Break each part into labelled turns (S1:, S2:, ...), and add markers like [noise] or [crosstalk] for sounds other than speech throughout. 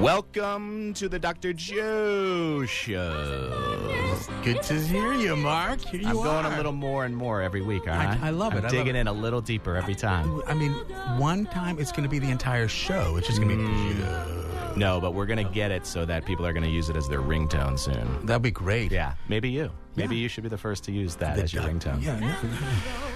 S1: Welcome to the Dr. Joe Show.
S2: Good to hear you, Mark. Here you
S1: I'm
S2: are.
S1: going a little more and more every week, aren't
S2: I-
S1: I?
S2: I love it.
S1: I'm
S2: I love
S1: digging
S2: it.
S1: in a little deeper every time.
S2: I mean, one time it's going to be the entire show. It's just going to
S1: Mm.
S2: be.
S1: No, but we're going to get it so that people are going to use it as their ringtone soon.
S2: That'd be great.
S1: Yeah, maybe you. Maybe you should be the first to use that
S2: The
S1: as your
S2: doc-
S1: ringtone.
S2: Yeah, yeah.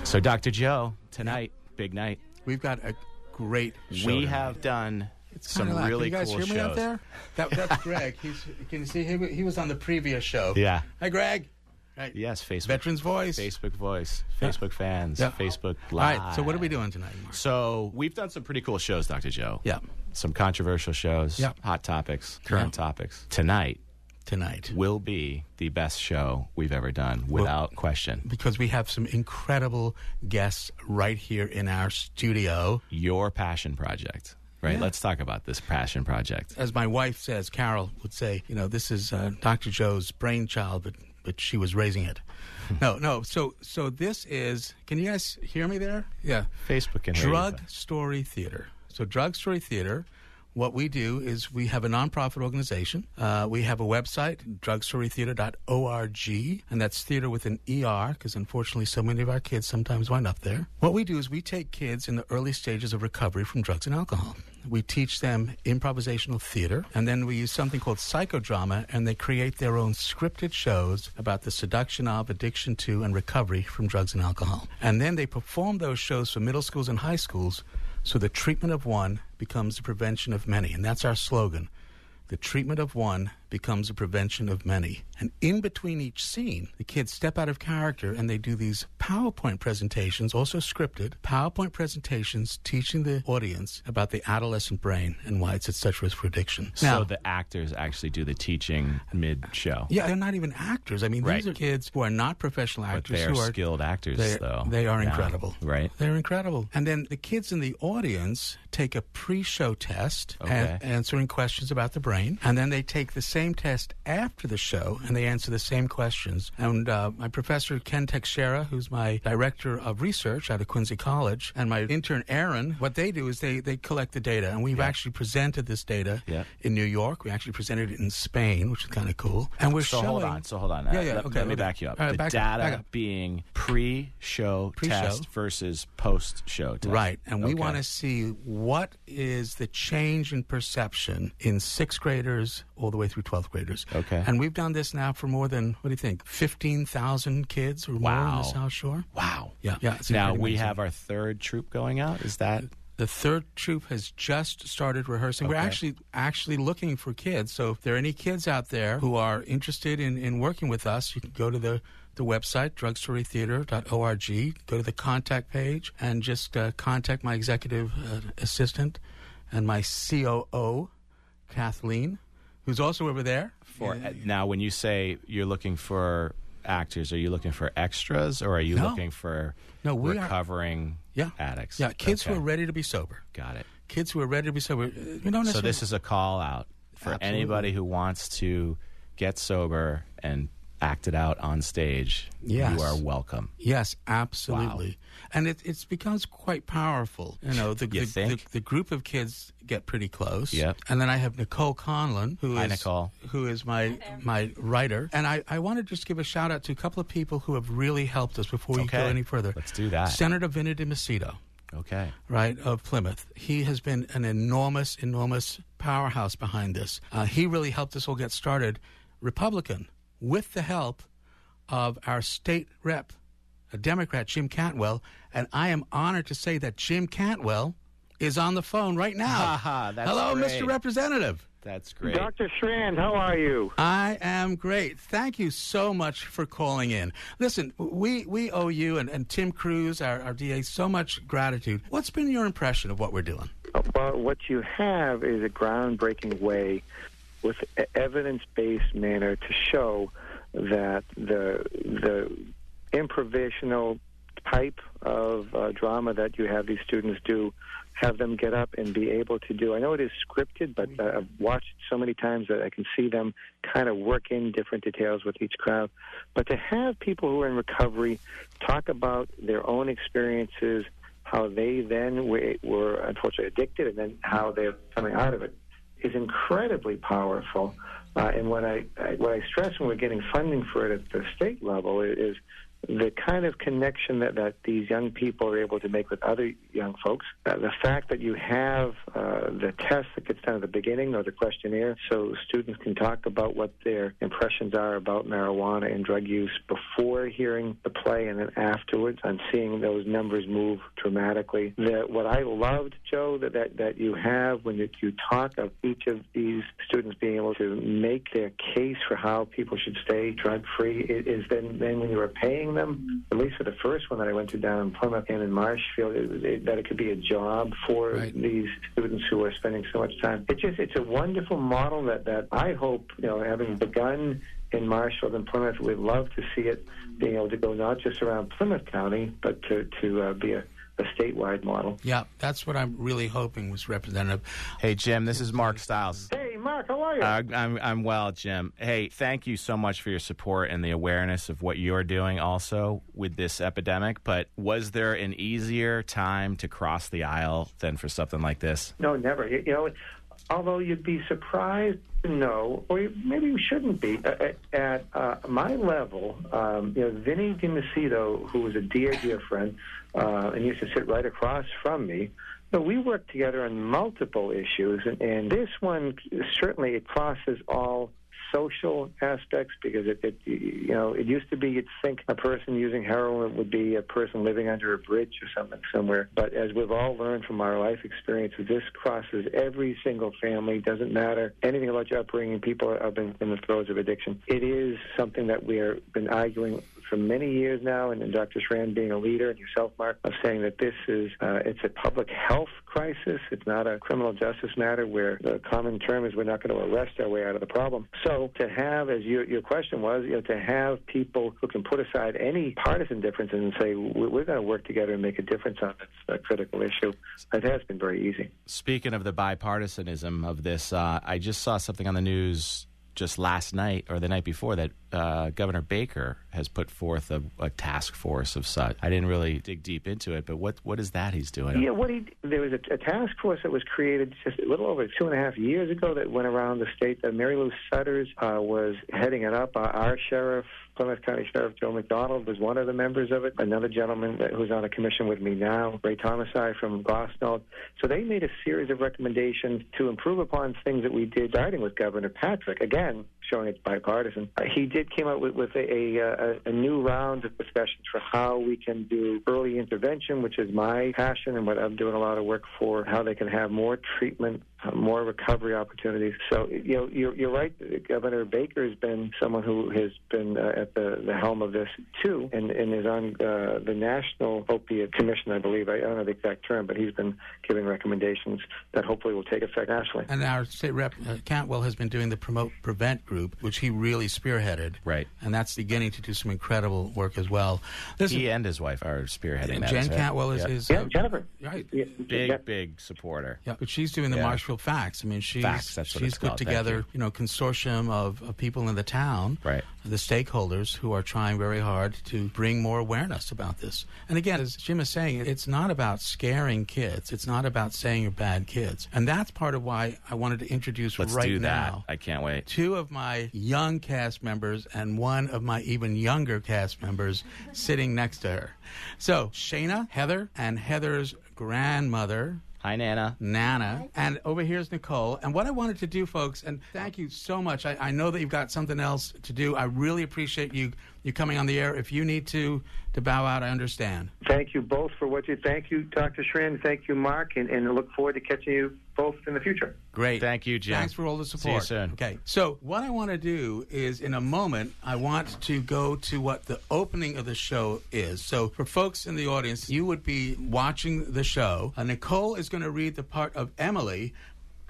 S1: So, Dr. Joe, tonight, big night.
S2: We've got a great show.
S1: we
S2: tonight.
S1: have done
S2: It's
S1: some
S2: kinda loud. Can
S1: really
S2: you guys
S1: cool
S2: hear me
S1: shows.
S2: out there? That,
S1: [laughs]
S2: that's Greg. He's, can you see? He, he was on the previous show.
S1: Yeah.
S2: Hi, Greg. Right.
S1: Yes, Facebook.
S2: Veterans voice.
S1: Facebook voice, Facebook fans,
S2: Yeah.
S1: Facebook
S2: All
S1: live.
S2: right. So what are we doing tonight, Mark?
S1: So we've done some pretty cool shows, Dr. Joe.
S2: Yeah.
S1: Some controversial shows,
S2: Yeah.
S1: hot topics, current
S2: Yeah.
S1: topics. Tonight
S2: Tonight.
S1: will be the best show we've ever done, without question.
S2: Because we have some incredible guests right here in our studio.
S1: Your passion project, right?
S2: Yeah.
S1: Let's talk about this passion project.
S2: as my wife says, Carol would say, you know, this is uh, Dr. Joe's brainchild, but but she was raising it. no, no. So so this is. Can you guys hear me there? Yeah.
S1: Facebook can hear you,
S2: drug
S1: but-
S2: story theater. So drug story theater. What we do is we have a nonprofit organization. Uh, we have a website, drugstorytheater.org, and that's theater with an ER because unfortunately so many of our kids sometimes wind up there. What we do is we take kids in the early stages of recovery from drugs and alcohol. We teach them improvisational theater, and then we use something called psychodrama, and they create their own scripted shows about the seduction of, addiction to, and recovery from drugs and alcohol. And then they perform those shows for middle schools and high schools, so the treatment of one becomes the prevention of many. And that's our slogan the treatment of one becomes the prevention of many. And in between each scene, the kids step out of character and they do these PowerPoint presentations, also scripted, PowerPoint presentations teaching the audience about the adolescent brain and why it's at such risk for addiction.
S1: so the actors actually do the teaching mid show.
S2: yeah, they're not even actors. I mean,
S1: Right.
S2: these are kids who are not professional
S1: But
S2: actors.
S1: they are
S2: who are
S1: skilled actors,
S2: They,
S1: though.
S2: they are
S1: now,
S2: incredible.
S1: right?
S2: They're incredible. And then the kids in the audience take a pre show test,
S1: Okay.
S2: a- answering questions about the brain. And then they take the same test after the show and they answer the same questions. And uh, my professor, Ken Texera, who's my director of research out of Quincy College, and my intern, Aaron, what they do is they, they collect the data. And we've actually presented this data
S1: Yeah.
S2: in New York. We actually presented it in Spain, which is kind of cool. And we're
S1: So
S2: showing.
S1: hold on. So hold on.
S2: Yeah,
S1: Uh,
S2: yeah.
S1: Let,
S2: okay,
S1: let me
S2: okay.
S1: back you up.
S2: All right,
S1: the
S2: back
S1: data
S2: back up.
S1: being pre-show,
S2: Pre-show.
S1: test versus post-show test.
S2: Right. And we
S1: Okay.
S2: want to see what is the change in perception in sixth graders all the way through 12th graders.
S1: Okay.
S2: And we've done this now for more than, what do you think, 15,000 kids or more on
S1: Wow.
S2: the South Shore?
S1: Wow.
S2: Yeah. Yeah. it's
S1: now
S2: pretty
S1: we
S2: amazing.
S1: have our third troop going out. Is that
S2: The third troop has just started rehearsing. We're
S1: Okay.
S2: actually actually looking for kids. So if there are any kids out there who are interested in, in working with us, you can go to the the website drugstorytheater.org, go to the contact page, and just uh, contact my executive uh, assistant and my COO, Kathleen, who's also over there.
S1: for now? When you say you're looking for actors, are you looking for extras or are you
S2: No.
S1: looking for
S2: No, we are-
S1: recovering
S2: Yeah,
S1: addicts?
S2: Yeah, kids
S1: Okay.
S2: who are ready to be sober.
S1: Got it.
S2: Kids who are ready to be sober. Uh, We don't
S1: So
S2: necessarily-
S1: this is a call out for
S2: Absolutely.
S1: anybody who wants to get sober and act it out on stage.
S2: Yes.
S1: You are welcome.
S2: Yes, absolutely. And it it's becomes quite powerful. You know, the,
S1: You
S2: the,
S1: think?
S2: the the group of kids get pretty close.
S1: Yep.
S2: And then I have Nicole Conlon, who
S1: Hi,
S2: is-
S1: Nicole.
S2: who is my my writer. And I, I want to just give a shout out to a couple of people who have really helped us before we go
S1: Okay.
S2: any further.
S1: Let's do that.
S2: Senator Vinny DiMacedo
S1: Okay.
S2: right, of Plymouth. He has been an enormous, enormous powerhouse behind this. Uh, he really helped this all get started, Republican, with the help of our state rep, a Democrat, Jim Cantwell. And I am honored to say that Jim Cantwell is on the phone right now.
S1: Haha, that's
S2: Hello,
S1: great.
S2: Mr. Representative.
S1: That's great.
S3: Dr. Strand, how are you?
S2: I am great. Thank you so much for calling in. Listen, we, we owe you and, and Tim Cruz, our, our DA, so much gratitude. What's been your impression of what we're doing?
S3: Well, what you have is a groundbreaking way with evidence based manner to show that the the improvisational type of uh, drama that you have these students do have them get up and be able to do i know it is scripted but uh, i've watched it so many times that i can see them kind of work in different details with each crowd but to have people who are in recovery talk about their own experiences how they then were, were unfortunately addicted and then how they're coming out of it is incredibly powerful. Uh, and what I, I what I stress when we're getting funding for it at the state level is, is the kind of connection that, that these young people are able to make with other young folks. Uh, the fact that you have uh, the test that gets done at the beginning or the questionnaire so students can talk about what their impressions are about marijuana and drug use before hearing the play and then afterwards and seeing those numbers move dramatically. The, what I loved, Joe, that, that, that you have when you, you talk of each of these students being able to make their case for how people should stay drug free is then, then when you were paying them, at least for the first one that I went to down in Plymouth and in Marshfield, it, it, that it could be a job for
S2: Right.
S3: these students who are spending so much time. It's just it's a wonderful model that that I hope you know having begun. In Marshfield and Plymouth, we'd love to see it being able to go not just around Plymouth County, but to, to uh, be a, a statewide model.
S2: Yeah, that's what I'm really hoping was representative.
S1: Hey, Jim, this is Mark Stiles.
S3: Hey, Mark, how are you?
S1: Uh, I'm, I'm well, Jim. Hey, thank you so much for your support and the awareness of what you're doing also with this epidemic. But was there an easier time to cross the aisle than for something like this?
S3: No, never. You, you know, although you'd be surprised to know, or you- maybe you shouldn't be, uh, at uh, my level, um, you know, Vinny DiMacedo, who was a dear, dear friend, uh, and used to sit right across from me, but we worked together on multiple issues, and, and this one certainly it crosses all social aspects because it, it you know it used to be you'd think a person using heroin would be a person living under a bridge or something somewhere but as we've all learned from our life experiences this crosses every single family doesn't matter anything about your upbringing people have been in the throes of addiction it is something that we have been arguing for many years now, and, and Dr. Schran being a leader, and yourself, Mark, of saying that this is uh, it's a public health crisis. It's not a criminal justice matter where the common term is we're not going to arrest our way out of the problem. So to have, as your your question was, you know, to have people who can put aside any partisan differences and say "We- we're going to work together and make a difference on this uh, critical issue, it has been very easy.
S1: Speaking of the bipartisanism of this, uh, I just saw something on the news just last night or the night before that uh, Governor Baker has put forth a, a task force of such. I didn't really dig deep into it, but what, what is that he's doing?
S3: Yeah, what he there was a, a task force that was created just a little over two and a half years ago that went around the state. That Mary Lou Sutters uh, was heading it up. Uh, our sheriff, Plymouth County Sheriff Joe McDonald, was one of the members of it. Another gentleman that, who's on a commission with me now, Ray Thomasai from Gosnell. So they made a series of recommendations to improve upon things that we did, starting with Governor Patrick. Again, showing it's bipartisan. Uh, he did came out with, with a, a, uh, a new round of discussions for how we can do early intervention, which is my passion and what I'm doing a lot of work for, how they can have more treatment, uh, more recovery opportunities. So, you know, you're, you're right. Governor Baker has been someone who has been uh, at the, the helm of this too, and, and is on uh, the National Opiate Commission, I believe. I, I don't know the exact term, but he's been giving recommendations that hopefully will take effect nationally.
S2: And our state rep uh, Cantwell has been doing the Promote Prevent group, which he really spearheaded.
S1: Right.
S2: And that's beginning to do some incredible work as well. This
S1: He and his wife are spearheading
S2: and
S1: that.
S2: Jan
S1: is it?
S2: Cantwell is,
S1: Yep.
S2: is
S3: Yeah,
S2: uh,
S3: Jennifer.
S2: right.
S3: Yeah,
S1: big,
S3: yeah.
S1: big supporter.
S2: Yeah, but she's doing the
S1: Yeah.
S2: Marshfield Facts. I mean, she's
S1: Facts, that's what
S2: she's
S1: it's
S2: put
S1: called, thank
S2: together
S1: you.
S2: know consortium of, of people in the town,
S1: Right.
S2: The stakeholders who are trying very hard to bring more awareness about this. And again, as Jim is saying, it's not about scaring kids. It's not about saying you're bad kids. And that's part of why I wanted to introduce
S1: Let's
S2: right
S1: do that.
S2: now
S1: I can't wait.
S2: two of my young cast members and one of my even younger cast members sitting next to her. So Shayna, Heather, and Heather's grandmother,
S1: Hi, Nana.
S2: Nana. And over here's Nicole. And what I wanted to do, folks, and thank you so much. I, I know that you've got something else to do. I really appreciate you you coming on the air. If you need to to bow out, I understand.
S3: Thank you both for what you. Thank you, Dr. Schran. Thank you, Mark, and, and I look forward to catching you both in the future.
S2: Great.
S1: Thank you, Jim.
S2: Thanks for all the
S1: See you
S2: support.
S1: soon.
S2: Okay. So what I want to do is in a moment I want to go to what the opening of the show is. So for folks in the audience, you would be watching the show. Uh, Nicole is going to read the part of Emily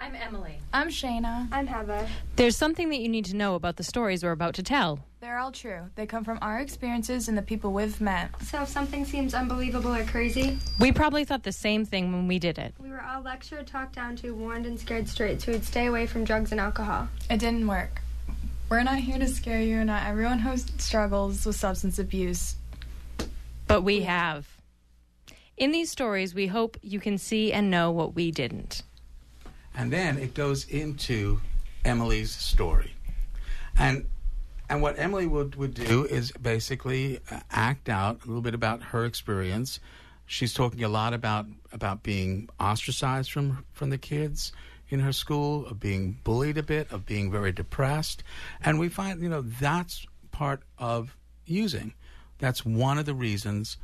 S4: I'm Emily.
S5: I'm Shayna.
S6: I'm Heather.
S4: There's something that you need to know about the stories we're about to tell.
S5: They're all true. They come from our experiences and the people we've met.
S6: So if something seems unbelievable or crazy,
S4: We probably thought the same thing when we did it.
S6: we were all lectured, talked down to, warned, and scared straight so we'd stay away from drugs and alcohol.
S5: It didn't work. We're not here to scare you, not everyone who struggles with substance abuse.
S4: But we have. In these stories, we hope you can see and know what we didn't.
S2: and then it goes into Emily's story, and and what Emily would would do is basically uh, act out a little bit about her experience. She's talking a lot about about being ostracized from from the kids in her school, of being bullied a bit, of being very depressed, and we find you know that's part of using. That's one of the reasons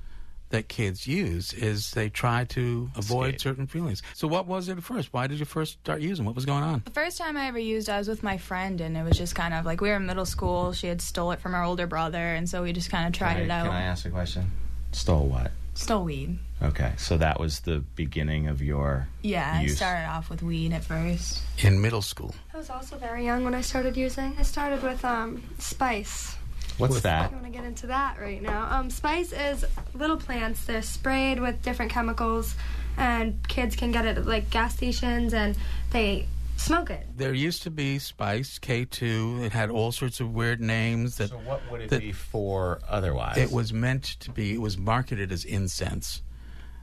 S2: that kids use is they try to avoid certain feelings. So what was it first? Why did you first start using? What was going on?
S5: The first time I ever used, I was with my friend, and it was just kind of like we were in middle school. She had stole it from her older brother, and so we just kind of tried
S1: Can
S5: it
S1: I-
S5: out.
S1: Can I ask a question? Stole what?
S5: Stole weed.
S1: Okay, so that was the beginning of your
S5: Yeah,
S1: use.
S5: I started off with weed at first.
S2: In middle school.
S6: I was also very young when I started using. I started with um, spice.
S1: What's
S6: I
S1: that?
S6: want to get into that right now. Um, spice is little plants. They're sprayed with different chemicals, and kids can get it at like gas stations, and they smoke it.
S2: There used to be Spice K2. It had all sorts of weird names that
S1: So what would it
S2: that-
S1: be for otherwise?
S2: it was meant to be. It was marketed as incense.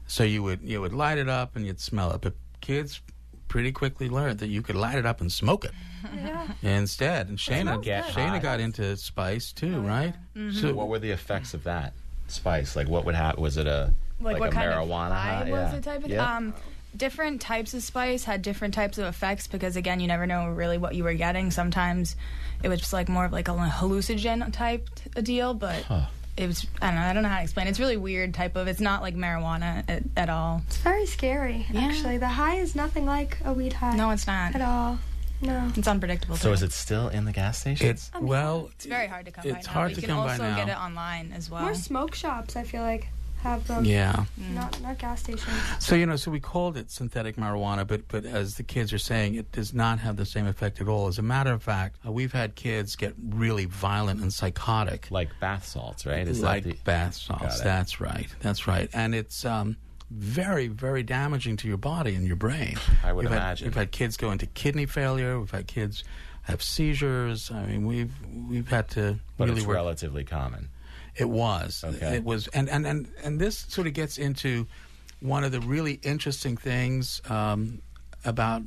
S2: So you would you would light it up and you'd smell it. But kids pretty quickly learned that you could light it up and smoke it instead. And Shayna,
S1: smells good.
S2: Shayna got into Spice too, right? So
S1: What were the effects of that spice? Like, what would happen? Was it a
S5: like,
S1: like,
S5: what
S1: a
S5: kind
S1: marijuana
S5: of high
S1: high?
S5: was
S1: Yeah.
S5: it type of
S1: Yep.
S5: um different types of spice had different types of effects because again you never know really what you were getting sometimes it was just like more of like a hallucinogen type t- a deal but it was I don't know I don't know how to explain it's really weird type of it's not like marijuana at, at all
S6: It's very scary, actually. The high is nothing like a weed high.
S5: no it's not
S6: at all. No.
S5: it's unpredictable
S1: So
S5: too.
S1: is it still in the gas station?
S2: it's well,
S5: it's very hard to come by
S2: it's
S5: now
S2: hard
S5: but
S2: to
S5: you
S2: come
S5: can
S2: by
S5: also
S2: now.
S5: get it online as well
S6: More smoke shops, I feel like, have them.
S2: yeah.
S6: Not not gas stations.
S2: So you know, so we called it synthetic marijuana, but but as the kids are saying, it does not have the same effect at all. As a matter of fact, uh, we've had kids get really violent and psychotic,
S1: like bath salts, right? Is
S2: like
S1: that the,
S2: bath salts.
S1: Got it.
S2: That's right. That's right. And it's um, very very damaging to your body and your brain.
S1: I would
S2: we've had-
S1: imagine.
S2: we've had kids go into kidney failure. We've had kids have seizures. I mean, we've we've had to
S1: but
S2: really
S1: it's
S2: work
S1: relatively common.
S2: it was.
S1: Okay.
S2: It was, and, and, and, and this sort of gets into one of the really interesting things um, about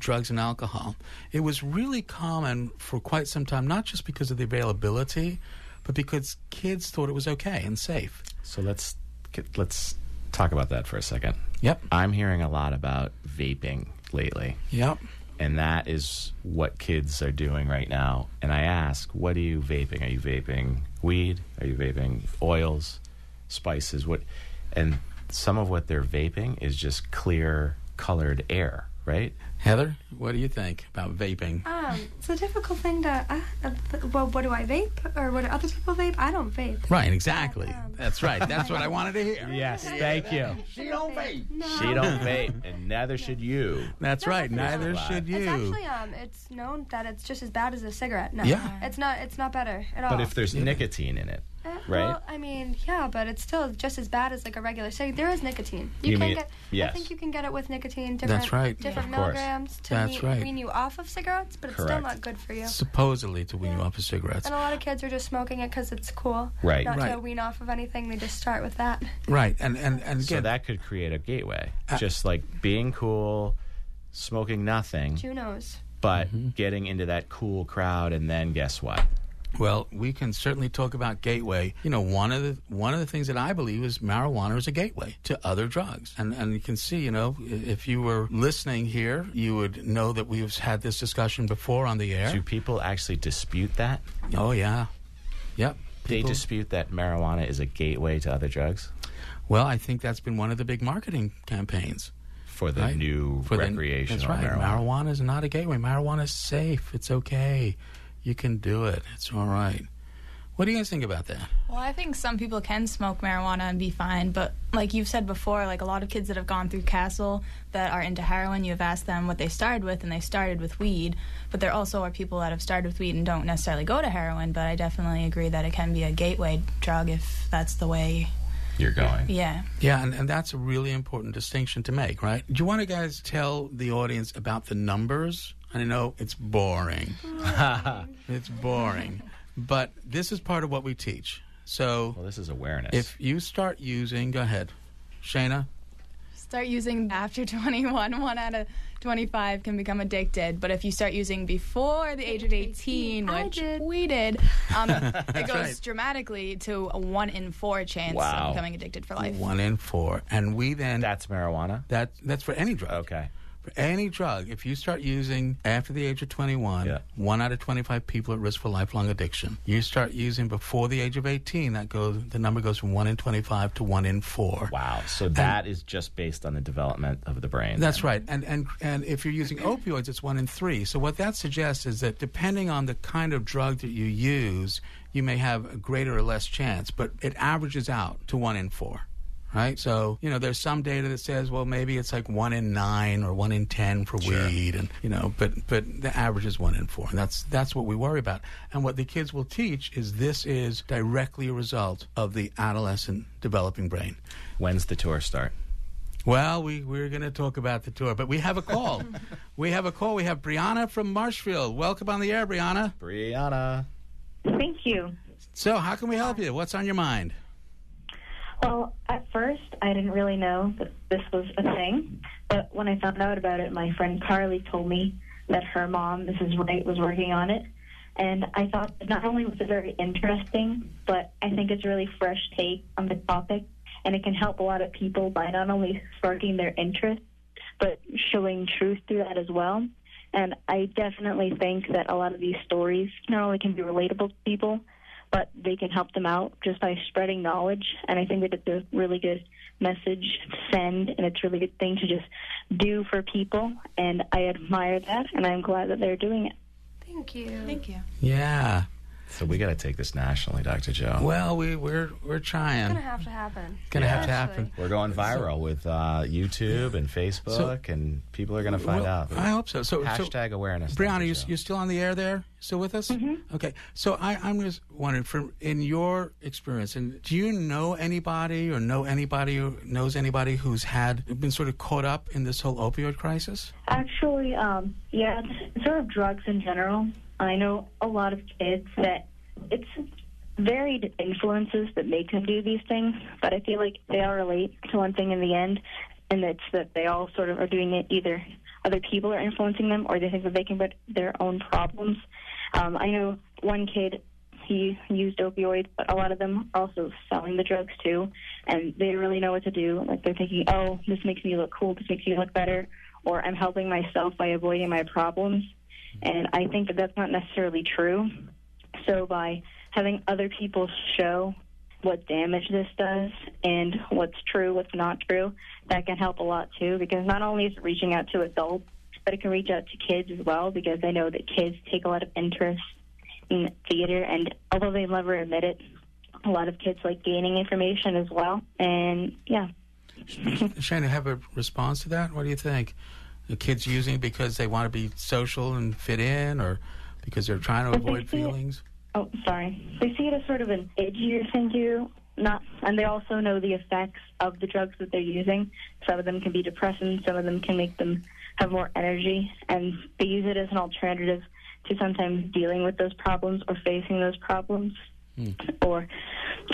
S2: drugs and alcohol. It was really common for quite some time, not just because of the availability, but because kids thought it was okay and safe.
S1: So let's get, let's talk about that for a second.
S2: Yep.
S1: I'm hearing a lot about vaping lately.
S2: Yep.
S1: and that is what kids are doing right now. And I ask, what are you vaping? Are you vaping weed? Are you vaping oils, spices? What? And some of what they're vaping is just clear, colored air, right?
S2: Heather, what do you think about vaping?
S6: Um, it's a difficult thing to. Uh, uh, th- well, what do I vape, or what do other people vape? I don't vape.
S2: Right, exactly.
S6: Um,
S2: That's right. That's
S1: [laughs]
S2: what I wanted to hear.
S1: Yes, thank you.
S6: She don't vape. No.
S2: [laughs]
S1: She don't vape, and neither should you.
S2: That's right. Neither should you.
S6: It's actually um, it's known that it's just as bad as a cigarette. No,
S2: Yeah.
S6: it's not. It's not better at all.
S1: But if there's nicotine in it,
S6: Uh,
S1: right?
S6: Well, I mean, yeah, but it's still just as bad as like a regular cigarette. There is nicotine. You,
S1: You
S6: can
S1: mean-
S6: get. I
S1: yes.
S6: think you can get it with nicotine. Different,
S2: That's right.
S6: Different
S1: Of course.
S6: milligrams to
S2: That's
S6: wean,
S2: right.
S6: wean you off of cigarettes, but it's still
S1: Correct.
S6: not good for you.
S2: Supposedly to wean you off of cigarettes.
S6: And a lot of kids are just smoking it because it's cool.
S1: Right. Mm-hmm.
S6: Not to
S2: Right.
S6: wean off of anything. They just start with that.
S2: Right, and and and
S1: so
S2: again, Uh,
S1: that could create a gateway, just like being cool, smoking nothing,
S6: Junos.
S1: but
S2: Mm-hmm.
S1: getting into that cool crowd, and then guess what?
S2: Well, we can certainly talk about gateway. You know, one of the one of the things that I believe is marijuana is a gateway to other drugs, and and you can see, you know, i- if you were listening here, you would know that we've had this discussion before on the
S1: Do
S2: air.
S1: people actually dispute that?
S2: Oh yeah, yep.
S1: They
S2: People-
S1: dispute that marijuana is a gateway to other drugs
S2: Well, I think that's been one of the big marketing campaigns.
S1: for the
S2: Right.
S1: new
S2: for the-
S1: recreational
S2: that's right.
S1: marijuana.
S2: Marijuana is not a gateway. Marijuana is safe. It's okay. You can do it. It's all right. What do you guys think about that?
S5: Well, I think some people can smoke marijuana and be fine, but like you've said before, like a lot of kids that have gone through Castle that are into heroin, you have asked them what they started with, and they started with weed. But there also are people that have started with weed and don't necessarily go to heroin. But I definitely agree that it can be a gateway drug if that's the way.
S1: You're going.
S5: Yeah.
S2: Yeah, and, and that's a really important distinction to make, right? Do you want to guys tell the audience about the numbers? I know it's
S1: [laughs]
S2: boring. it's boring. But this is part of what we teach. So
S1: Well, this is awareness.
S2: if you start using, go ahead, Shayna.
S5: Start using after [laughs] 21. One out of 25 can become addicted. But if you start using before the age of 18,
S6: 18, I
S5: which
S6: did.
S5: we did,
S6: [laughs]
S5: um, it goes dramatically to a one in four chance
S1: Wow.
S5: of becoming addicted for life.
S2: One in four. And we then,
S1: that's marijuana.
S2: that, that's for any drug.
S1: Okay.
S2: For any drug, if you start using after the age of 21,
S1: Yeah.
S2: one out of 25 people at risk for lifelong addiction. You start using before the age of 18, that goes the number goes from 1 in 25 to 1 in 4.
S1: Wow. So that is just based on the development of the brain.
S2: That's
S1: then.
S2: right. And, and, and if you're using opioids, it's one in three. So, what that suggests is that depending on the kind of drug that you use, you may have a greater or less chance, but it averages out to one in four. Right? So, you know, there's some data that says, well, maybe it's like one in nine or one in 10 for weed. And, you know, but, but the average is one in four. And that's, that's what we worry about. And what the kids will teach is this is directly a result of the adolescent developing brain.
S1: When's the tour start?
S2: Well, we, we're going to talk about the tour, but we have a call. we have a call. We have Brianna from Marshfield. Welcome on the air, Brianna.
S1: Brianna.
S7: Thank you.
S2: So, how can we help you? What's on your mind?
S7: Well, at first, I didn't really know that this was a thing, but when I found out about it, my friend Carly told me that her mom, Mrs. Wright, was working on it. And I thought that not only was it very interesting, but I think it's a really fresh take on the topic, and it can help a lot of people by not only sparking their interest, but showing truth through that as well. And I definitely think that a lot of these stories not only can be relatable to people, but they can help them out just by spreading knowledge. And I think that it's a really good message to send, and it's a really good thing to just do for people. And I admire that, and I'm glad that they're doing it.
S6: Thank you.
S5: Thank you.
S2: Yeah.
S1: So we got to take this nationally, Dr. Joe.
S2: Well, we, we're, we're trying.
S6: It's gonna have to happen.
S2: Gonna have to happen.
S1: We're going viral with uh, YouTube and Facebook, and people are going to find
S2: Well,
S1: out.
S2: I hope so. So, so-
S1: Hashtag awareness.
S2: Brianna, you,
S1: Dr. Joe.
S2: you're still on the air there? Still with us? Okay. So I, I'm just wondering, from in your experience, and do you know anybody or know anybody who knows anybody who's had been sort of caught up in this whole opioid crisis?
S7: Actually, um, yeah, it's sort of drugs in general. I know a lot of kids that it's varied influences that make them do these things, but I feel like they all relate to one thing in the end, and it's that they all sort of are doing it either other people are influencing them or they think that they can put their own problems. Um, I know one kid, he used opioids, but a lot of them are also selling the drugs too, and they don't really know what to do. Like they're thinking, oh, this makes me look cool, this makes me look better or I'm helping myself by avoiding my problems. And I think that that's not necessarily true. So by having other people show what damage this does and what's true, what's not true, that can help a lot too because not only is it reaching out to adults, but it can reach out to kids as well because I know that kids take a lot of interest in theater and although they never admit it, a lot of kids like gaining information as well. And yeah.
S2: Shana, have a response to that? What do you think? The kids using because they want to be social and fit in, or because they're trying to
S7: But they [laughs]
S2: avoid
S7: see it-
S2: feelings?
S7: Oh, sorry. They see it as sort of an edgier thing to do, not, and they also know the effects of the drugs that they're using. Some of them can be depressants. Some of them can make them have more energy, and they use it as an alternative to sometimes dealing with those problems or facing those problems,
S2: Hmm.
S7: or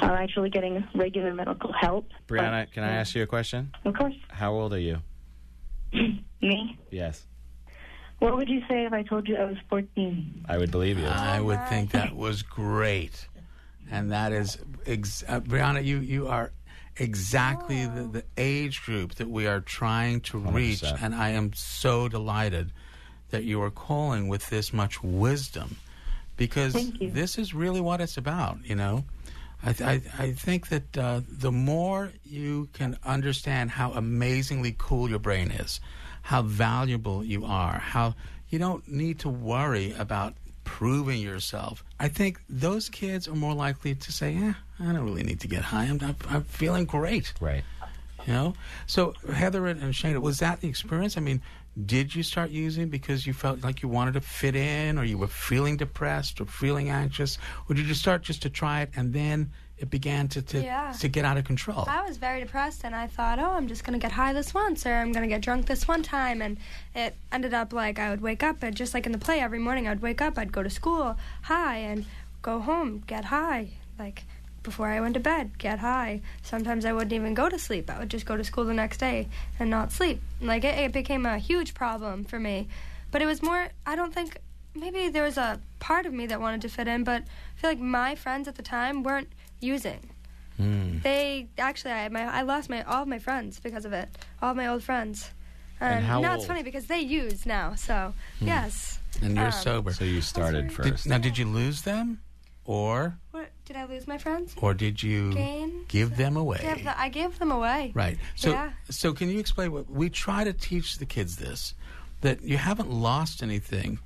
S7: uh, actually getting regular medical help.
S1: Brianna, can I ask you a question?
S7: Of course,
S1: How old are you?
S7: me.
S1: Yes.
S7: What would you say if I told you I was 14?
S1: I would believe you.
S2: I would think that was great, and that is ex- uh, Brianna. You you are exactly the, the age group that we are trying to reach,
S1: 100%.
S2: and I am so delighted that you are calling with this much wisdom, because
S7: Thank you.
S2: this is really what it's about. You know, I th- I, I think that uh, the more you can understand how amazingly cool your brain is, how valuable you are, how you don't need to worry about proving yourself, I think those kids are more likely to say, "Yeah, I don't really need to get high. I'm not, I'm feeling great."
S1: Right.
S2: You know. So Heather and and Shana, was that the experience? I mean, did you start using because you felt like you wanted to fit in, or you were feeling depressed, or feeling anxious, or did you start just to try it and then it began to to,
S6: Yeah.
S2: to get out of control?
S6: I was very depressed, and I thought, oh, I'm just gonna get high this once, or I'm gonna get drunk this one time, and it ended up like I would wake up, and just like in the play, every morning I'd wake up, I'd go to school high, and go home get high, like before I went to bed get high. Sometimes I wouldn't even go to sleep; I would just go to school the next day and not sleep. Like it, it became a huge problem for me, but it was more. I don't think maybe there was a part of me that wanted to fit in, but I feel like my friends at the time weren't using. They actually, I my I lost my all of my friends because of it. All my old friends. Um,
S1: And how
S6: now it's
S1: old?
S6: funny because they use now. So yes.
S2: and you're
S6: um,
S2: sober.
S1: So you started
S6: sorry.
S1: first.
S2: Now, did you lose them, or
S6: What, did I lose my friends?
S2: or did you
S6: Gain?
S2: give them away?
S6: Give the- I gave them away.
S2: Right. So,
S6: Yeah.
S2: so can you explain what we try to teach the kids this that you haven't lost anything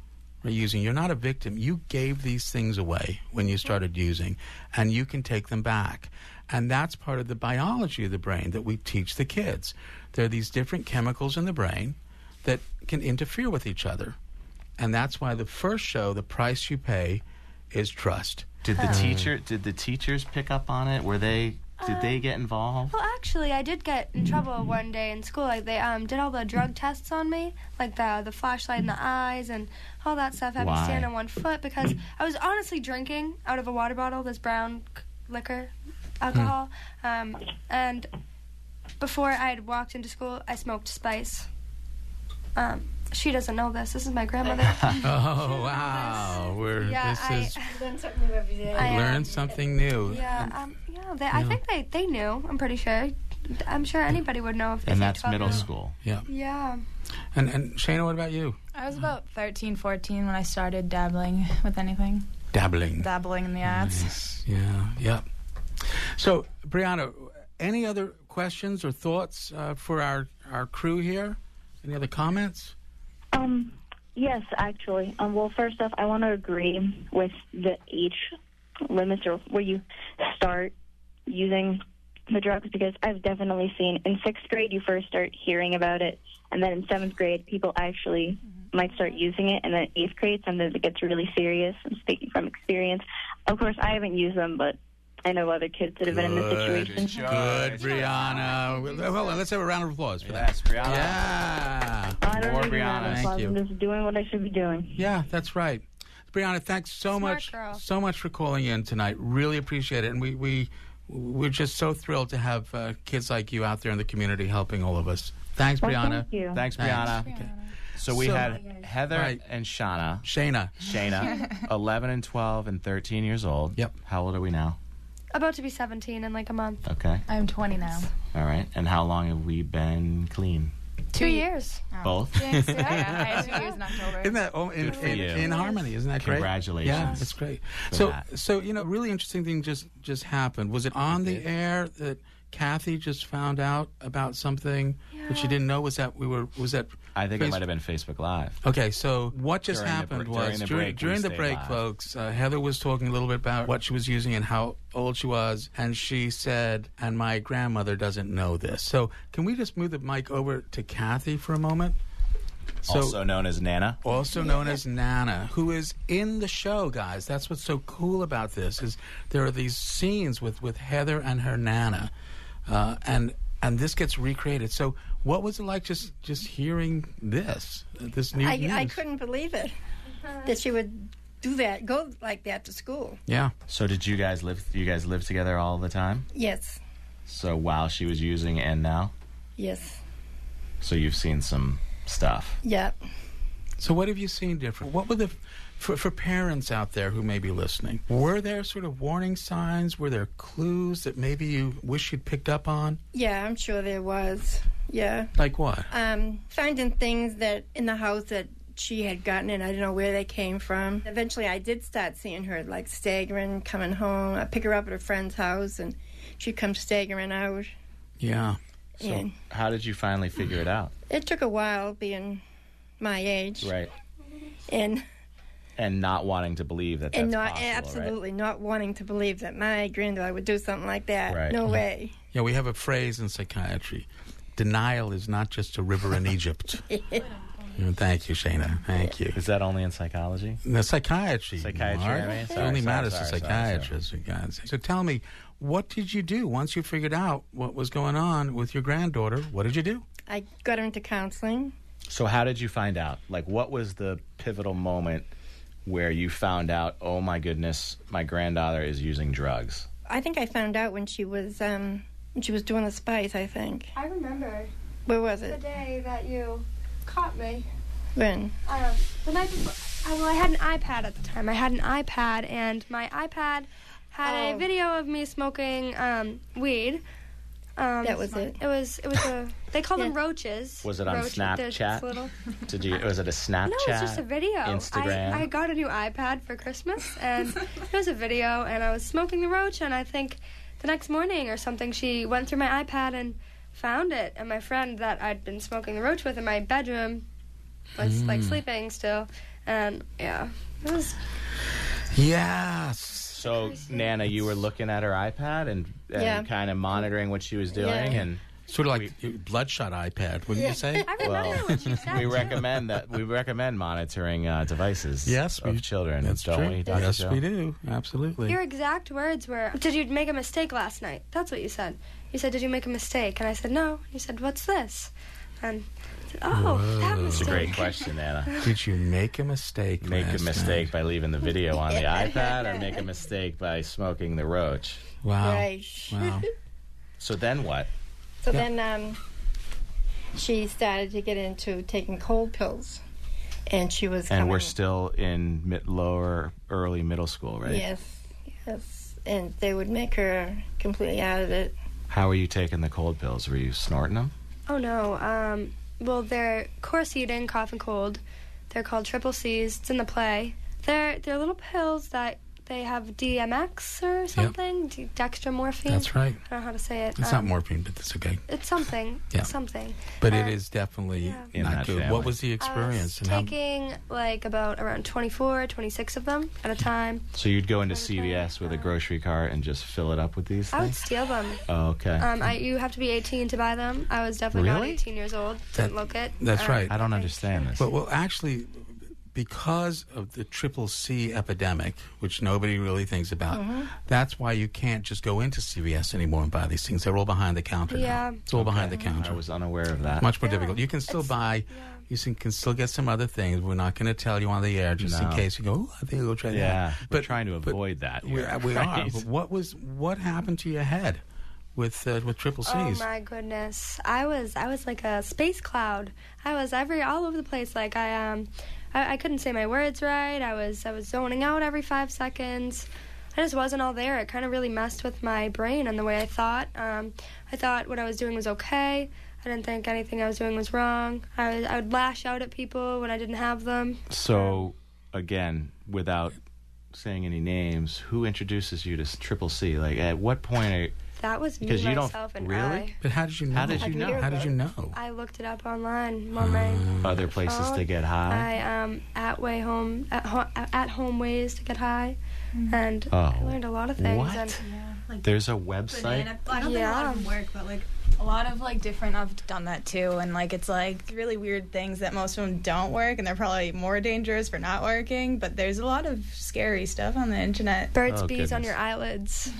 S2: by using. You're not a victim. You gave these things away when you started using, and you can take them back. And that's part of the biology of the brain that we teach the kids. There are these different chemicals in the brain that can interfere with each other. And that's why the first show, the price you pay, is trust.
S1: Did
S6: Hmm.
S1: the teacher? Did the teachers pick up on it? Were they? Did they get involved?
S6: Well, actually, I did get in trouble one day in school. Like they um, did all the drug tests on me, like the the flashlight in the eyes and all that stuff. Having
S1: Why?
S6: to stand on one foot because I was honestly drinking out of a water bottle this brown c- liquor,
S2: Hmm.
S6: alcohol, um, and before I had walked into school, I smoked spice. Um, she doesn't know this. This is my
S2: [laughs]
S6: grandmother.
S2: [laughs] Oh, wow. We're,
S6: Yeah,
S2: this
S6: I-
S2: is
S8: Learn something new every day.
S6: I, uh,
S2: learn something new.
S6: Yeah, um, yeah. They, I think they, they knew. I'm pretty sure. I'm sure anybody would know if they
S1: And
S6: say
S1: that's
S6: 12
S1: middle
S6: year old.
S1: school.
S2: Yeah.
S6: Yeah.
S2: And and Shana, what about you?
S5: I was about 13, 14 when I started dabbling with anything,
S2: Dabbling.
S5: dabbling in the arts.
S2: Yeah. Yeah. So, Brianna, any other questions or thoughts uh, for our our crew here? Any other comments?
S7: Um, yes, actually. Um, well, first off, I want to agree with the age limits or where you start using the drugs because I've definitely seen in sixth grade you first start hearing about it, and then in seventh grade people actually might start using it, and then eighth grade sometimes it gets really serious. I'm speaking from experience. Of course, I haven't used them, but I know other kids that have been in this situation.
S2: Good, Brianna. Well, hold on, let's have a round of applause for that.
S1: Yes, Brianna.
S2: Yeah.
S7: I don't
S1: More
S7: need
S1: Brianna.
S7: round of applause.
S2: Thank you.
S7: I'm just doing what I should be doing.
S2: Yeah, that's right. Brianna, thanks so much
S6: girl.
S2: so much for calling in tonight. Really appreciate it. And we we we're just so thrilled to have uh, kids like you out there in the community helping all of us. Thanks,
S7: Well,
S2: Brianna.
S7: thank you.
S1: Thanks, Brianna. So we had Heather
S2: Right.
S1: and Shauna.
S2: Shana. [laughs]
S1: Shayna, 11 and 12 and 13 years old.
S2: Yep.
S1: How old are we now?
S6: About to be 17 in like a month.
S1: Okay.
S8: I'm 20 now.
S1: All right. And how long have we been clean?
S6: Two years.
S8: [laughs]
S1: Both.
S8: Oh. yeah, I had
S6: [laughs]
S8: two years in October.
S2: Isn't that oh, in, in,
S1: you.
S2: in harmony? Isn't that great?
S1: Congratulations
S2: Yeah, that's great. So,
S1: that.
S2: so you know, really interesting thing just just happened. Was it on the air that Kathy just found out about something that she didn't know? Was that we were? Was that?
S1: I think
S2: Facebook-
S1: it might have been Facebook Live.
S2: Okay, so what just
S1: During the
S2: happened
S1: br-
S2: was
S1: during the
S2: during,
S1: break, we
S2: during the
S1: stayed
S2: break,
S1: live.
S2: folks, uh, Heather was talking a little bit about what she was using and how old she was, and she said, "And my grandmother doesn't know this." So, can we just move the mic over to Kathy for a moment? So,
S1: also known as Nana.
S2: also known as Nana, who is in the show, guys. That's what's so cool about this is there are these scenes with with Heather and her Nana, uh, and and this gets recreated. So, what was it like just just hearing this uh, this new
S8: I,
S2: news?
S8: I couldn't believe it that she would do that, go like that to school.
S2: Yeah,
S1: So did you guys live you guys live together all the time?
S8: Yes,
S1: So while she was using and now?
S8: yes,
S1: So you've seen some stuff.
S8: yeah.
S2: So, what have you seen different? What were the for, for parents out there who may be listening? Were there sort of warning signs? Were there clues that maybe you wish you'd picked up on?
S8: Yeah, I'm sure there was. Yeah.
S2: Like what?
S8: Um, finding things that in the house that she had gotten and I don't know where they came from. Eventually I did start seeing her like staggering, coming home. I pick her up at a friend's house and she'd come staggering out.
S2: Yeah.
S8: and
S1: How did you finally
S2: [sighs]
S1: figure it out?
S8: it took a while being my age.
S1: Right.
S8: And
S1: and not wanting to believe that that's
S8: and not eh,
S1: possible, right?
S8: absolutely not wanting to believe that my granddaughter would do something like that.
S1: Right.
S8: No
S1: Mhm.
S8: way. [laughs]
S2: Yeah, we have a phrase in psychiatry denial is not just a river in
S1: [laughs]
S2: Egypt. Mm, Thank you, Shana. Thank you.
S1: Is that only in psychology?
S2: No, psychiatry.
S1: Psychiatry,
S2: Mark.
S1: I mean,
S2: It
S1: sorry,
S2: only
S1: sorry,
S2: matters to
S1: sorry, sorry,
S2: psychiatrists, for God's sake. So tell me, what did you do once you figured out what was going on with your granddaughter? What did you do?
S8: I got her into counseling.
S1: So how did you find out? Like what was the pivotal moment where you found out, oh my goodness, my granddaughter is using drugs?
S8: I think I found out when she was um, when she was doing the spice. I think.
S6: I remember
S8: Where was
S6: the
S8: it?
S6: day that you caught me.
S8: When?
S6: Um, the night before. I, well, I had an iPad at the time. I had an iPad, and my iPad had
S8: Oh.
S6: a video of me smoking um, weed. Um,
S8: That was it.
S6: It was. It was a. They
S8: [laughs]
S6: call them roaches.
S1: Was it on
S6: Roach- they're just
S1: Snapchat?
S6: little-
S1: Did you was it a Snapchat?
S6: No, it's just a video.
S1: Instagram.
S6: I, I got a new iPad for Christmas, and it was a video, and I was smoking the roach, and I think the next morning or something, she went through my iPad and found it, and my friend that I'd been smoking the roach with in my bedroom was like
S1: Mm.
S6: sleeping still, and yeah, it was
S2: Yes.
S1: so Nana, you were looking at her iPad and, and
S8: Yeah.
S1: kind of monitoring what she was doing
S8: Yeah.
S1: and
S2: Sort of like your bloodshot iPad, wouldn't you say?
S6: [laughs] I remember
S1: Well,
S6: what she said.
S1: we
S6: too.
S1: recommend that we recommend monitoring uh, devices
S2: Yes,
S1: of
S2: we-
S1: children,
S2: That's
S1: don't
S2: true.
S1: we? Dr.
S2: Yes,
S1: Joe?
S2: we do.
S1: [laughs]
S2: Absolutely.
S6: Your exact words were, "Did you make a mistake last night?" That's what you said. You said, "Did you make a mistake?" And I said, "No." You said, "What's this?" And I said, oh, that
S1: It's a
S6: mistake.
S1: great question, Nana.
S2: Did you make a mistake?
S1: Make
S2: last night?
S1: a mistake by leaving the video
S6: [laughs]
S1: on the iPad or make a mistake by smoking the roach.
S2: Wow.
S8: Right.
S2: Wow.
S1: [laughs] So then what?
S8: So then um, she started to get into taking cold pills, and she was.
S1: And
S8: coming-
S1: we're still in mid, lower, early middle school, right?
S8: Yes. Yes. And they would make her completely out of it.
S1: How were you taking the cold pills? Were you snorting them?
S6: Oh no. Um, well, they're coarse eating, cough and cold. They're called triple C's. It's in the play. They're they're little pills that they have DMX or something, D- dextromorphine.
S2: That's right.
S6: I don't know how to say it.
S2: It's not
S6: Um,
S2: morphine, but that's okay.
S6: It's something.
S2: Yeah.
S6: Something.
S2: But it
S6: Uh,
S2: is definitely
S1: In
S2: not
S1: that
S2: good.
S1: family.
S2: What was the
S6: I
S2: experience? and
S6: was
S2: how-
S6: taking like about around 24, 26 of them
S2: [laughs]
S6: at a time.
S1: So you'd go into CVS with a grocery cart and just fill it up with these
S6: I would
S1: things?
S6: steal them.
S1: Oh, okay.
S6: Um, I, you have to be 18 to buy them. I was definitely
S1: Really?
S6: not 18 years old.
S2: That-
S6: Didn't look it. Uh,
S2: that's right.
S1: I don't understand this.
S2: Well, well, actually, because of the triple C epidemic, which nobody really thinks about,
S6: Mm-hmm.
S2: that's why you can't just go into CVS anymore and buy these things. They're all behind the counter. now.
S6: Yeah.
S2: it's all behind the counter.
S1: I was unaware of that.
S2: Much more difficult. You can still buy. You can, can still get some other things. We're not going to tell you on the air just in
S1: No.
S2: case you go. "Ooh, I think I'll try
S1: yeah,
S2: that.
S1: but, we're trying to
S2: but
S1: avoid that.
S2: we uh,
S1: here,
S2: we are.
S1: right?
S2: But what was what happened to your head with uh, with triple C's?
S6: Oh my goodness! I was I was like a space cloud. I was every all over the place. Like I um, I, I couldn't say my words right. I was I was zoning out every five seconds. I just wasn't all there. It kind of really messed with my brain and the way I thought. Um, I thought what I was doing was okay. I didn't think anything I was doing was wrong. I was I would lash out at people when I didn't have them.
S1: So, again, without saying any names, who introduces you to s- Triple C? Like, at what point are
S6: That was me,
S1: Because you don't-
S6: myself, and
S1: really?
S2: But how did you know?
S1: How did you know? Ah.
S2: How did you know?
S6: I. I looked it up online on my.
S1: other places
S6: Oh,
S1: to get high?
S6: I um at way home at, ho- at home ways to get high, and I
S1: Oh.
S6: learned a lot of things.
S1: What?
S6: And
S1: There's a website.
S5: Banana- I don't think a lot
S6: Yeah.
S5: of them work, but like a lot of like different. I've done that too, and like it's like really weird things that most of them don't work, and they're probably more dangerous for not working. But there's a lot of scary stuff on the internet.
S6: birds,
S1: Oh,
S6: bees on
S1: goodness.
S6: your eyelids.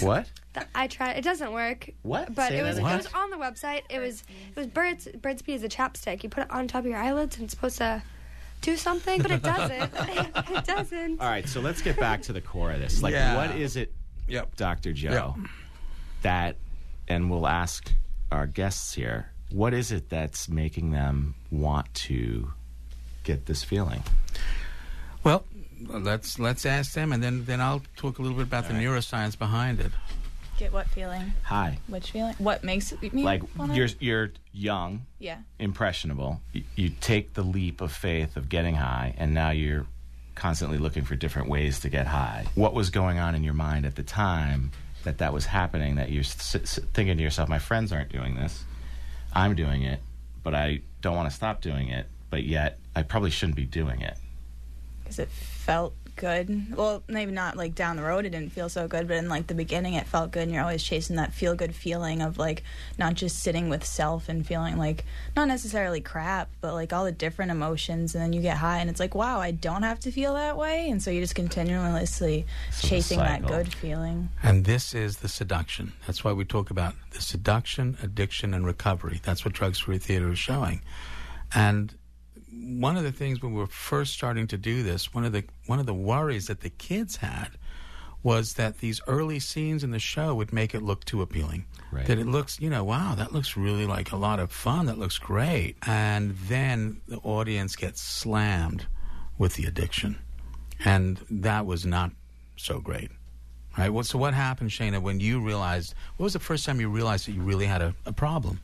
S1: What?
S6: Th- I tried. It doesn't work.
S1: What?
S6: But
S1: Say
S6: it
S1: that
S6: was
S1: again.
S6: it was on the website. It was it was birds birds bees a chapstick. You put it on top of your eyelids and it's supposed to do something, but
S1: [laughs]
S6: it [laughs] doesn't. it doesn't.
S1: All right, so let's get back to the core of this. Like,
S2: Yeah.
S1: what is it,
S2: Yep.
S1: Dr. Joe, that, and we'll ask our guests here, what is it that's making them want to get this feeling?
S2: Well, let's let's ask them, and then then I'll talk a little bit about the neuroscience behind it.
S5: [laughs] Get what feeling?
S1: Hi.
S5: Which feeling? What makes it me
S1: Like,
S5: wanna-
S1: you're, you're young,
S5: yeah.
S1: impressionable. You, you take the leap of faith of getting high, and now you're constantly looking for different ways to get high. What was going on in your mind at the time that that was happening? That you're s- s- thinking to yourself, "My friends aren't doing this. I'm doing it, but I don't want to stop doing it. But yet, I probably shouldn't be doing it."
S5: because it felt good. Well, maybe not like down the road, it didn't feel so good, but in like the beginning, it felt good, and you're always chasing that feel good feeling of like not just sitting with self and feeling like not necessarily crap, but like all the different emotions, and then you get high, and it's like, wow, I don't have to feel that way, and so you're just continuously chasing that
S2: cycle.
S5: good feeling.
S2: And this is the seduction. That's why we talk about the seduction, addiction, and recovery. That's what Drugs Free Theater is showing. And one of the things when we were first starting to do this, one of the one of the worries that the kids had was that these early scenes in the show would make it look too appealing.
S9: Right.
S2: That it looks, you know, wow, that looks really like a lot of fun. That looks great. And then the audience gets slammed with the addiction. And that was not so great. Right. Well, so what happened, Shayna, when you realized? What was the first time you realized that you really had a, a problem?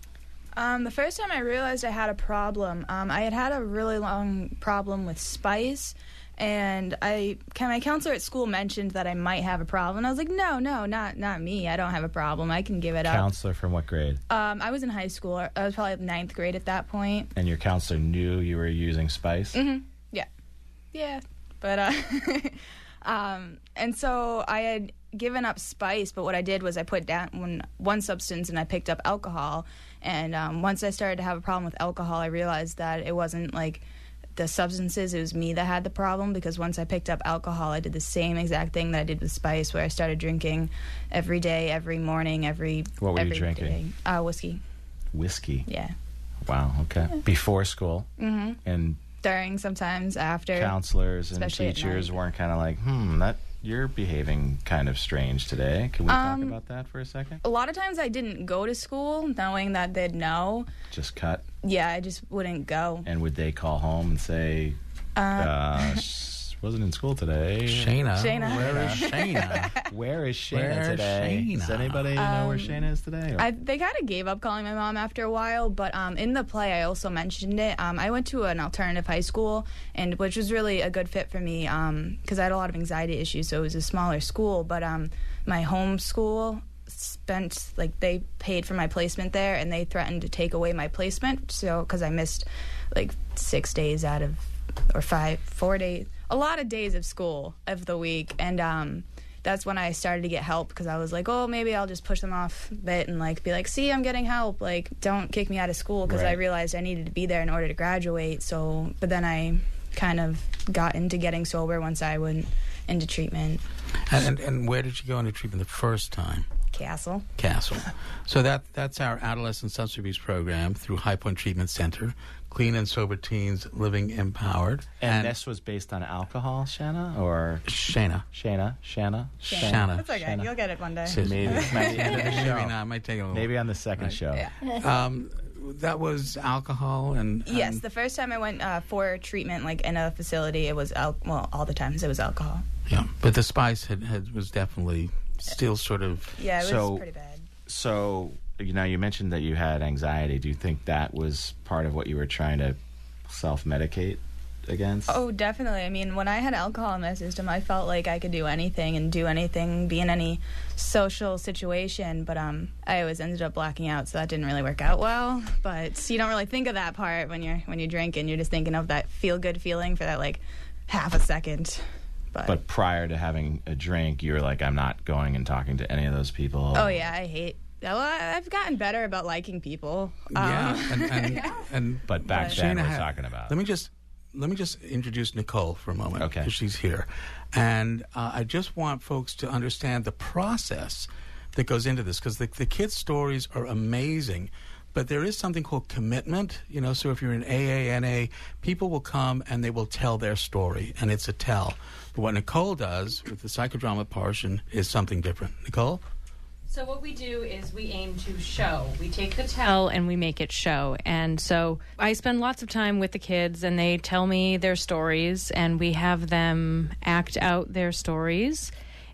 S5: Um, the first time I realized I had a problem, um, I had had a really long problem with spice, and I ca- my counselor at school mentioned that I might have a problem. And I was like, no, no, not not me. I don't have a problem. I can give it
S1: counselor from what grade?
S5: up. Um, I was in high school. I was probably ninth grade at that point.
S1: And your counselor knew you were using spice?
S5: hmm Yeah, yeah. But uh, [laughs] um, and so I had given up spice, but what I did was I put down one, one substance and I picked up alcohol. And um, once I started to have a problem with alcohol, I realized that it wasn't like the substances; it was me that had the problem. Because once I picked up alcohol, I did the same exact thing that I did with spice, where I started drinking every day, every morning, every
S1: What were you
S5: every
S1: drinking?
S5: day. Uh, whiskey.
S1: Whiskey.
S5: Yeah.
S1: Wow. Okay. Before school.
S5: hmm
S1: And
S5: During sometimes after
S1: counselors and
S5: Especially at
S1: teachers
S5: night.
S1: weren't kind of like, hmm, that you're behaving kind of strange today. Can we
S5: Um,
S1: talk about that for a second?
S5: a lot of times I didn't go to school knowing that they'd know.
S1: Just cut.
S5: Yeah, I just wouldn't go.
S1: And would they call home and say,
S5: Uh, [laughs]
S1: uh, sh- wasn't in school today? Shayna.
S5: Shayna. where [laughs] is
S2: [laughs]
S1: Shayna? where is Shayna
S2: Where's
S1: today? Does
S2: Shayna?
S1: anybody know where
S5: Um,
S1: Shayna is today?
S5: I, they kind of gave up calling my mom after a while, but um, in the play, I also mentioned it. Um, I went to an alternative high school, and which was really a good fit for me because I had a lot of anxiety issues, so it was a smaller school. But um, my home school spent like they paid for my placement there, and they threatened to take away my placement, so because I missed like six days out of or five, four days, a lot of days of school of the week, and um, that's when I started to get help because I was like, oh, maybe I'll just push them off a bit and like be like, see, I'm getting help. Like, don't kick me out of school because I
S10: Right.
S5: realized I needed to be there in order to graduate. So, but then I kind of got into getting sober once I went into treatment.
S2: And, and, and where did you go into treatment the first time?
S5: Castle.
S2: Castle. So that that's our adolescent substance abuse program through High Point Treatment Center, Clean and Sober Teens Living Empowered.
S1: and this was based on alcohol, Shanna, or
S2: Shayna,
S1: Shayna, Shanna,
S2: Shanna.
S5: That's okay. You'll get it one day.
S2: Says
S5: [laughs]
S1: Maybe.
S2: [laughs]
S1: Maybe
S2: Maybe not. Might take a little.
S1: Maybe on the second show.
S5: Yeah.
S2: Um, that was alcohol and
S5: Yes, the first time I went uh, for treatment, like in a facility, it was al- well, all the times it was alcohol.
S2: Yeah, but the spice had, had was definitely still sort of
S5: Yeah, it was
S1: So-
S5: pretty bad.
S1: So, you know, you mentioned that you had anxiety. Do you think that was part of what you were trying to self medicate against?
S5: Oh, definitely. I mean, when I had alcohol in my system, I felt like I could do anything and do anything, be in any social situation. But um, I always ended up blacking out, so that didn't really work out well. But you don't really think of that part when you're when you're drinking. You're just thinking of that feel good feeling for that like half a second. But,
S1: But prior to having a drink, you were like, I'm not going and talking to any of those people.
S5: oh yeah, I hate. Well, I- I've gotten better about liking people. Um,
S2: [laughs] Yeah, and, and,
S5: [laughs]
S2: and
S1: But back
S2: Shayna
S1: then, we're
S2: had-
S1: talking about.
S2: Let me just let me just introduce Nicole for a moment. Okay, she's here, and uh, I just want folks to understand the process that goes into this because the, the kids' stories are amazing. But there is something called commitment, you know. So if you're in AA, NA, people will come and they will tell their story, and it's a tell. But what Nicole does with the psychodrama portion is something different. Nicole,
S4: So what we do is we aim to show. We take the tell and we make it show. And so I spend lots of time with the kids and they tell me their stories and we have them act out their stories.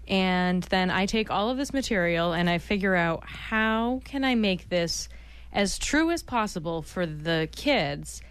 S4: And then I take all of this material and I figure out how can I make this as true as possible for the kids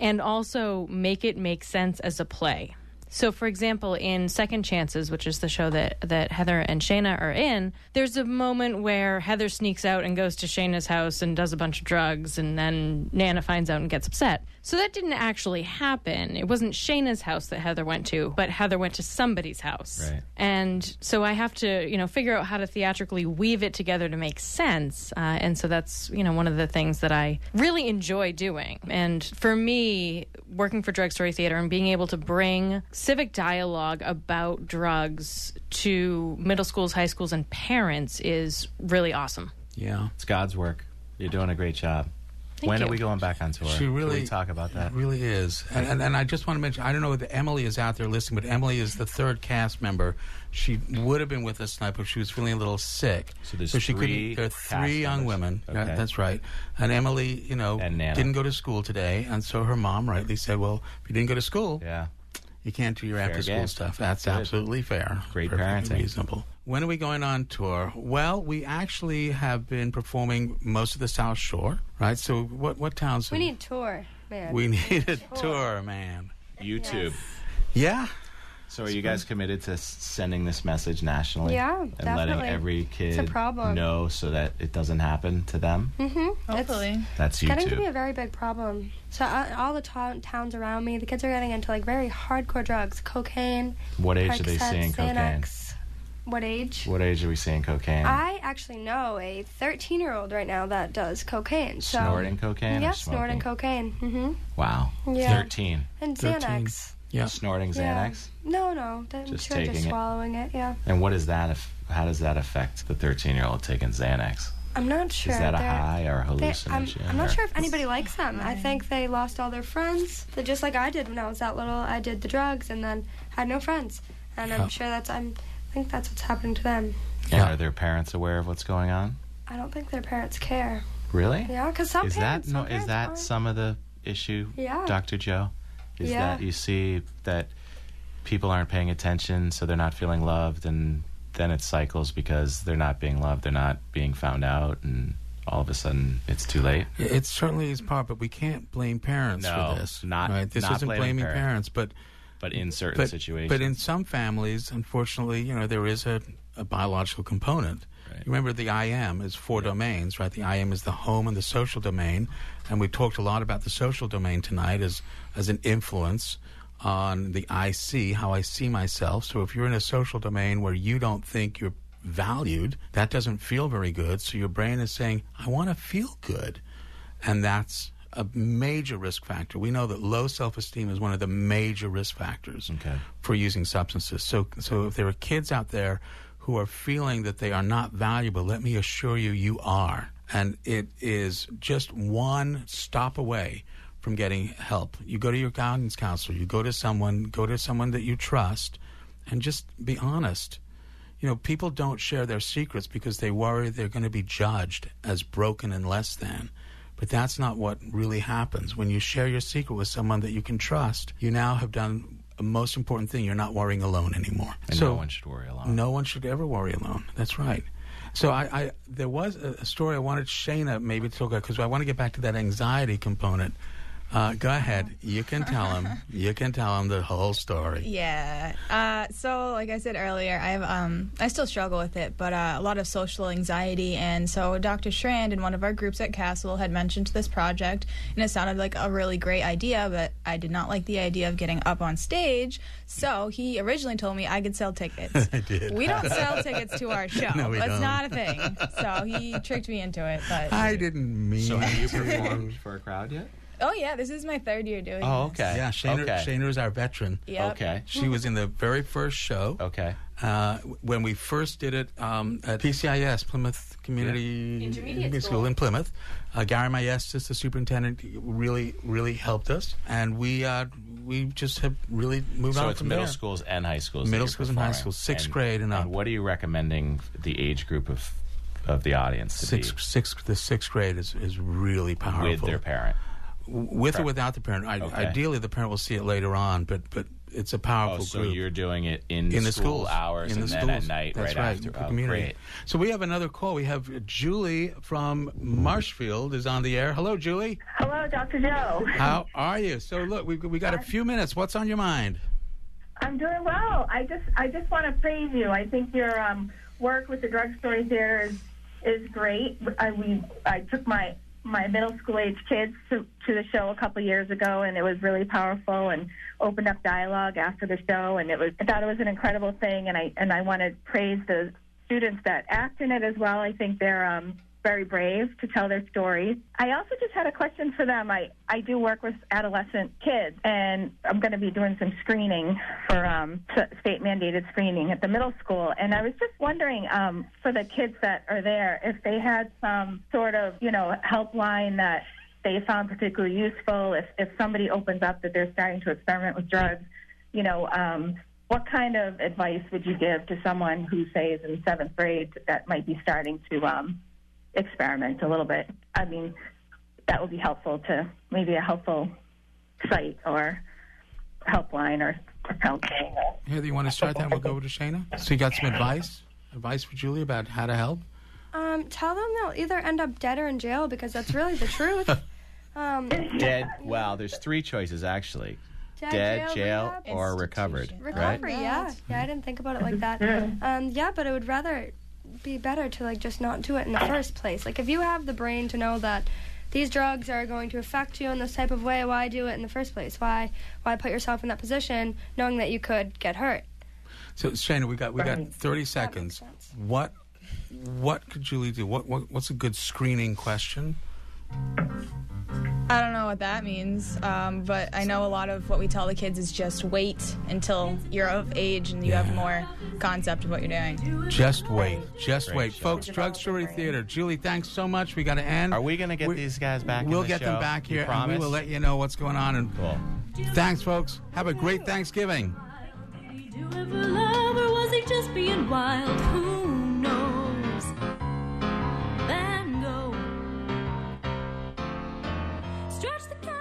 S4: and also make it make sense as a play. So, for example, in Second Chances, which is the show that, that Heather and Shayna are in, there's a moment where Heather sneaks out and goes to Shayna's house and does a bunch of drugs, and then Nana finds out and gets upset. So, that didn't actually happen. It wasn't Shayna's house that Heather went to, but Heather went to somebody's house.
S1: Right.
S4: And so I have to, you know, figure out how to theatrically weave it together to make sense. Uh, and so that's, you know, one of the things that I really enjoy doing. And for me, working for Drug Story Theater and being able to bring civic dialogue about drugs to middle schools, high schools, and parents is really awesome.
S2: Yeah.
S1: It's God's work. You're doing a great job. when
S4: you.
S1: are we going back on tour?
S2: She
S1: Can
S2: really-
S1: we talk about that.
S2: It really is. And, and, and I just want to mention, I don't know if Emily is out there listening, but Emily is the third cast member. She would have been with us tonight, but she was feeling a little sick.
S1: So there's
S2: she couldn't-
S1: three
S2: There are
S1: cast
S2: three young
S1: members.
S2: women. Yeah,
S1: Okay.
S2: that's right. And Emily, you know,
S1: And Nana.
S2: didn't go to school today, and so her mom rightly said, "Well, if you didn't go to school,
S1: Yeah.
S2: you can't do your after
S1: game.
S2: school stuff. That's
S1: Good.
S2: absolutely fair.
S1: Great
S2: Perfectly
S1: parenting.
S2: Reasonable.
S5: [laughs]
S2: When are we going on tour? Well, we actually have been performing most of the South Shore, right? So what what towns?
S6: We need tour, man.
S2: we need a tour, man.
S1: YouTube.
S2: Yeah.
S1: So are you guys committed to s- sending this message nationally?
S6: Yeah,
S1: And letting
S6: definitely.
S1: every kid
S6: a problem.
S1: know so that it doesn't happen to them?
S6: Mm-hmm.
S5: Hopefully.
S1: That's
S6: Getting to be
S1: YouTube.
S6: a very big problem. So uh, all the to- towns around me, the kids are getting into like very hardcore drugs, cocaine.
S1: What age are they
S6: Percocet,
S1: seeing cocaine?
S6: Xanax. What age?
S1: What age are we seeing cocaine?
S6: I actually know a 13-year-old right now that does cocaine. So.
S1: Snorting cocaine?
S6: Yeah,
S1: or smoking?
S6: snorting cocaine. hmm
S1: Wow.
S6: Yeah.
S1: 13.
S6: And
S2: 13.
S6: Xanax.
S2: Yeah.
S1: Snorting
S6: Yeah.
S1: Xanax?
S6: No, no. that- I'm
S1: Just
S6: sure just
S1: taking it.
S6: swallowing it. Yeah.
S1: And what is that? If, how does that affect the 13 year old taking Xanax?
S6: I'm not sure.
S1: Is that a
S6: They're-
S1: high or a
S6: they- I'm,
S1: hallucination?
S6: I'm
S1: or-
S6: not sure if anybody likes them. I think they lost all their friends. They're just like I did when I was that little. I did the drugs and then had no friends. And I'm sure that's I'm, I think that's what's happening to them.
S1: And are their parents aware of what's going on?
S6: I don't think their parents care.
S1: Really?
S6: Yeah, because some
S1: Is that
S6: parents.
S1: no?
S6: some
S1: Is
S6: parents
S1: that
S6: aren't.
S1: some of the issue,
S6: Yeah.
S1: Doctor Joe? Is
S6: Yeah.
S1: that e-, you see that people aren't paying attention, so they're not feeling loved, and then it cycles because they're not being loved, they're not being found out, and all of a sudden it's too late.
S2: It certainly is part, but we can't blame parents
S1: No,
S2: for this.
S1: not-
S2: right. This
S1: not
S2: isn't
S1: blaming
S2: blaming
S1: parents.
S2: parents, but
S1: But in certain
S2: but,
S1: situations,
S2: but in some families, unfortunately, you know, there is a, a biological component.
S1: Right.
S2: Remember, the IM is four domains, right? The IM is the home and the social domain, and we talked a lot about the social domain tonight as as an influence on the I see, how I see myself. So if you're in a social domain where you don't think you're valued, that doesn't feel very good. So your brain is saying, "I want to feel good." and that's a major risk factor. We know that low self-esteem is one of the major risk factors
S1: Okay.
S2: for using substances. So, so if there are kids out there who are feeling that they are not valuable, let me assure you, you are. And it is just one stop away from getting help. You go to your guidance counselor. You go to someone. Go to someone that you trust, and just be honest. You know, people don't share their secrets because they worry they're going to be judged as broken and less than. But that's not what really happens. When you share your secret with someone that you can trust, you now have done a most important thing. You're not worrying alone anymore.
S1: and
S2: so
S1: no one should worry a lot.
S2: no one should ever worry alone. That's right. So I, I there was a, a story I wanted Shayna maybe to talk about because I want to get back to that anxiety component. Uh, go ahead. You can tell him. You can tell him the whole story.
S5: Yeah. Uh, so, like I said earlier, I have um, I still struggle with it, but uh, a lot of social anxiety, and so Dr. Strand in one of our groups at Castle had mentioned this project, and it sounded like a really great idea, but I did not like the idea of getting up on stage. So he originally told me I could
S2: [laughs]
S5: sell tickets. I
S2: did.
S5: We don't sell tickets to
S2: [laughs]
S5: our show.
S2: No, we
S5: That's
S2: don't.
S5: not a thing. So he tricked me into it. But
S2: I didn't mean.
S1: So have you
S2: to.
S1: performed for a crowd yet?
S5: oh yeah, this is my third year doing.
S1: Oh, okay.
S2: Yeah, Shayna,
S1: okay.
S2: Shayna is our veteran.
S5: Yep.
S1: Okay.
S2: She was in the very first show.
S1: Okay.
S2: uh, when we first did it um, at PCIS, Plymouth Community
S4: Intermediate
S2: School. in Plymouth. Uh, Gary Maestas, the superintendent, really, really helped us, and we uh, we just have really moved
S1: So
S2: on
S1: it's
S2: from
S1: middle
S2: there.
S1: schools and high schools. that
S2: Middle
S1: you're
S2: schools and high
S1: performing.
S2: schools, sixth grade and up.
S1: What are you recommending the age group of of the audience to
S2: Sixth, sixth, the sixth grade is, is really
S1: be
S2: powerful.
S1: with their parent?
S2: W- with or without the parent. I,
S1: Okay.
S2: Ideally, the parent will see it later on, but but it's a powerful
S1: Oh, so
S2: group.
S1: you're doing it in,
S2: in the
S1: school
S2: schools
S1: hours
S2: in
S1: and
S2: the
S1: then
S2: schools.
S1: at night
S2: That's
S1: right, after.
S2: for
S1: Oh,
S2: community.
S1: great.
S2: So we have another call. We have Julie from Marshfield is on the air. Hello, Julie.
S7: Hello, Dr. Joe.
S2: How are you? So look, we we got a few minutes. What's on your mind?
S9: I'm doing well. I just I just want to praise you. I think your um, work with the drugstore theater is is great. I we I took my my middle school age kids to to the show a couple years ago, and it was really powerful and opened up dialogue after the show. And it was I thought it was an incredible thing, and I and I want to praise the students that act in it as well. I think they're um, very brave to tell their stories. I also just had a question for them. I, I do work with adolescent kids, and I'm going to be doing some screening for um, s- state mandated screening at the middle school. And I was just wondering um, for the kids that are there, if they had some sort of you know helpline that they found particularly useful. If if somebody opens up that they're starting to experiment with drugs, you know. Um, what kind of advice would you give to someone who, say, is in seventh grade that might be starting to um, experiment a little bit. I mean, that would be helpful to maybe a helpful site or helpline or something.
S2: Heather, you want to start that? We'll go over to Shayna. So you got some advice? Advice for Julie about how to help?
S6: Um, tell them they'll either end up dead or in jail because that's
S1: [laughs]
S6: really the truth. Um,
S1: Dead. Well, there's three choices actually:
S6: Dead,
S1: dead,
S6: jail,
S1: jail,
S6: rehab,
S1: or recovered. Right?
S6: Recovery, yeah. Yeah, I didn't think about it like that. Um, yeah, but it would rather be better to like just not do it in the first place. Like if you have the brain to know that these drugs are going to affect you in this type of way, why do it in the first place? Why why put yourself in that position knowing that you could get hurt?
S2: So Shayna, we got we got
S6: Right.
S2: thirty seconds. What what could Julie do? What, what what's a good screening question?
S10: I don't know what that means, um, but I know a lot of what we tell the kids is just wait until you're of age and you have more concept of what you're doing.
S2: Just wait. Just
S1: Great
S2: wait.
S1: show.
S2: Folks, Drug Story Theater. Julie, thanks so much. We got to end. Are
S1: we going to get these guys back in
S2: We'll
S1: the
S2: get
S1: show?
S2: them back
S1: You
S2: here and we
S1: promise?
S2: will let you know what's going on. And
S1: cool.
S2: Thanks, folks. Have a great Thanksgiving.
S11: For love, or was he just being wild? Who knows? Van Gogh. Stretch the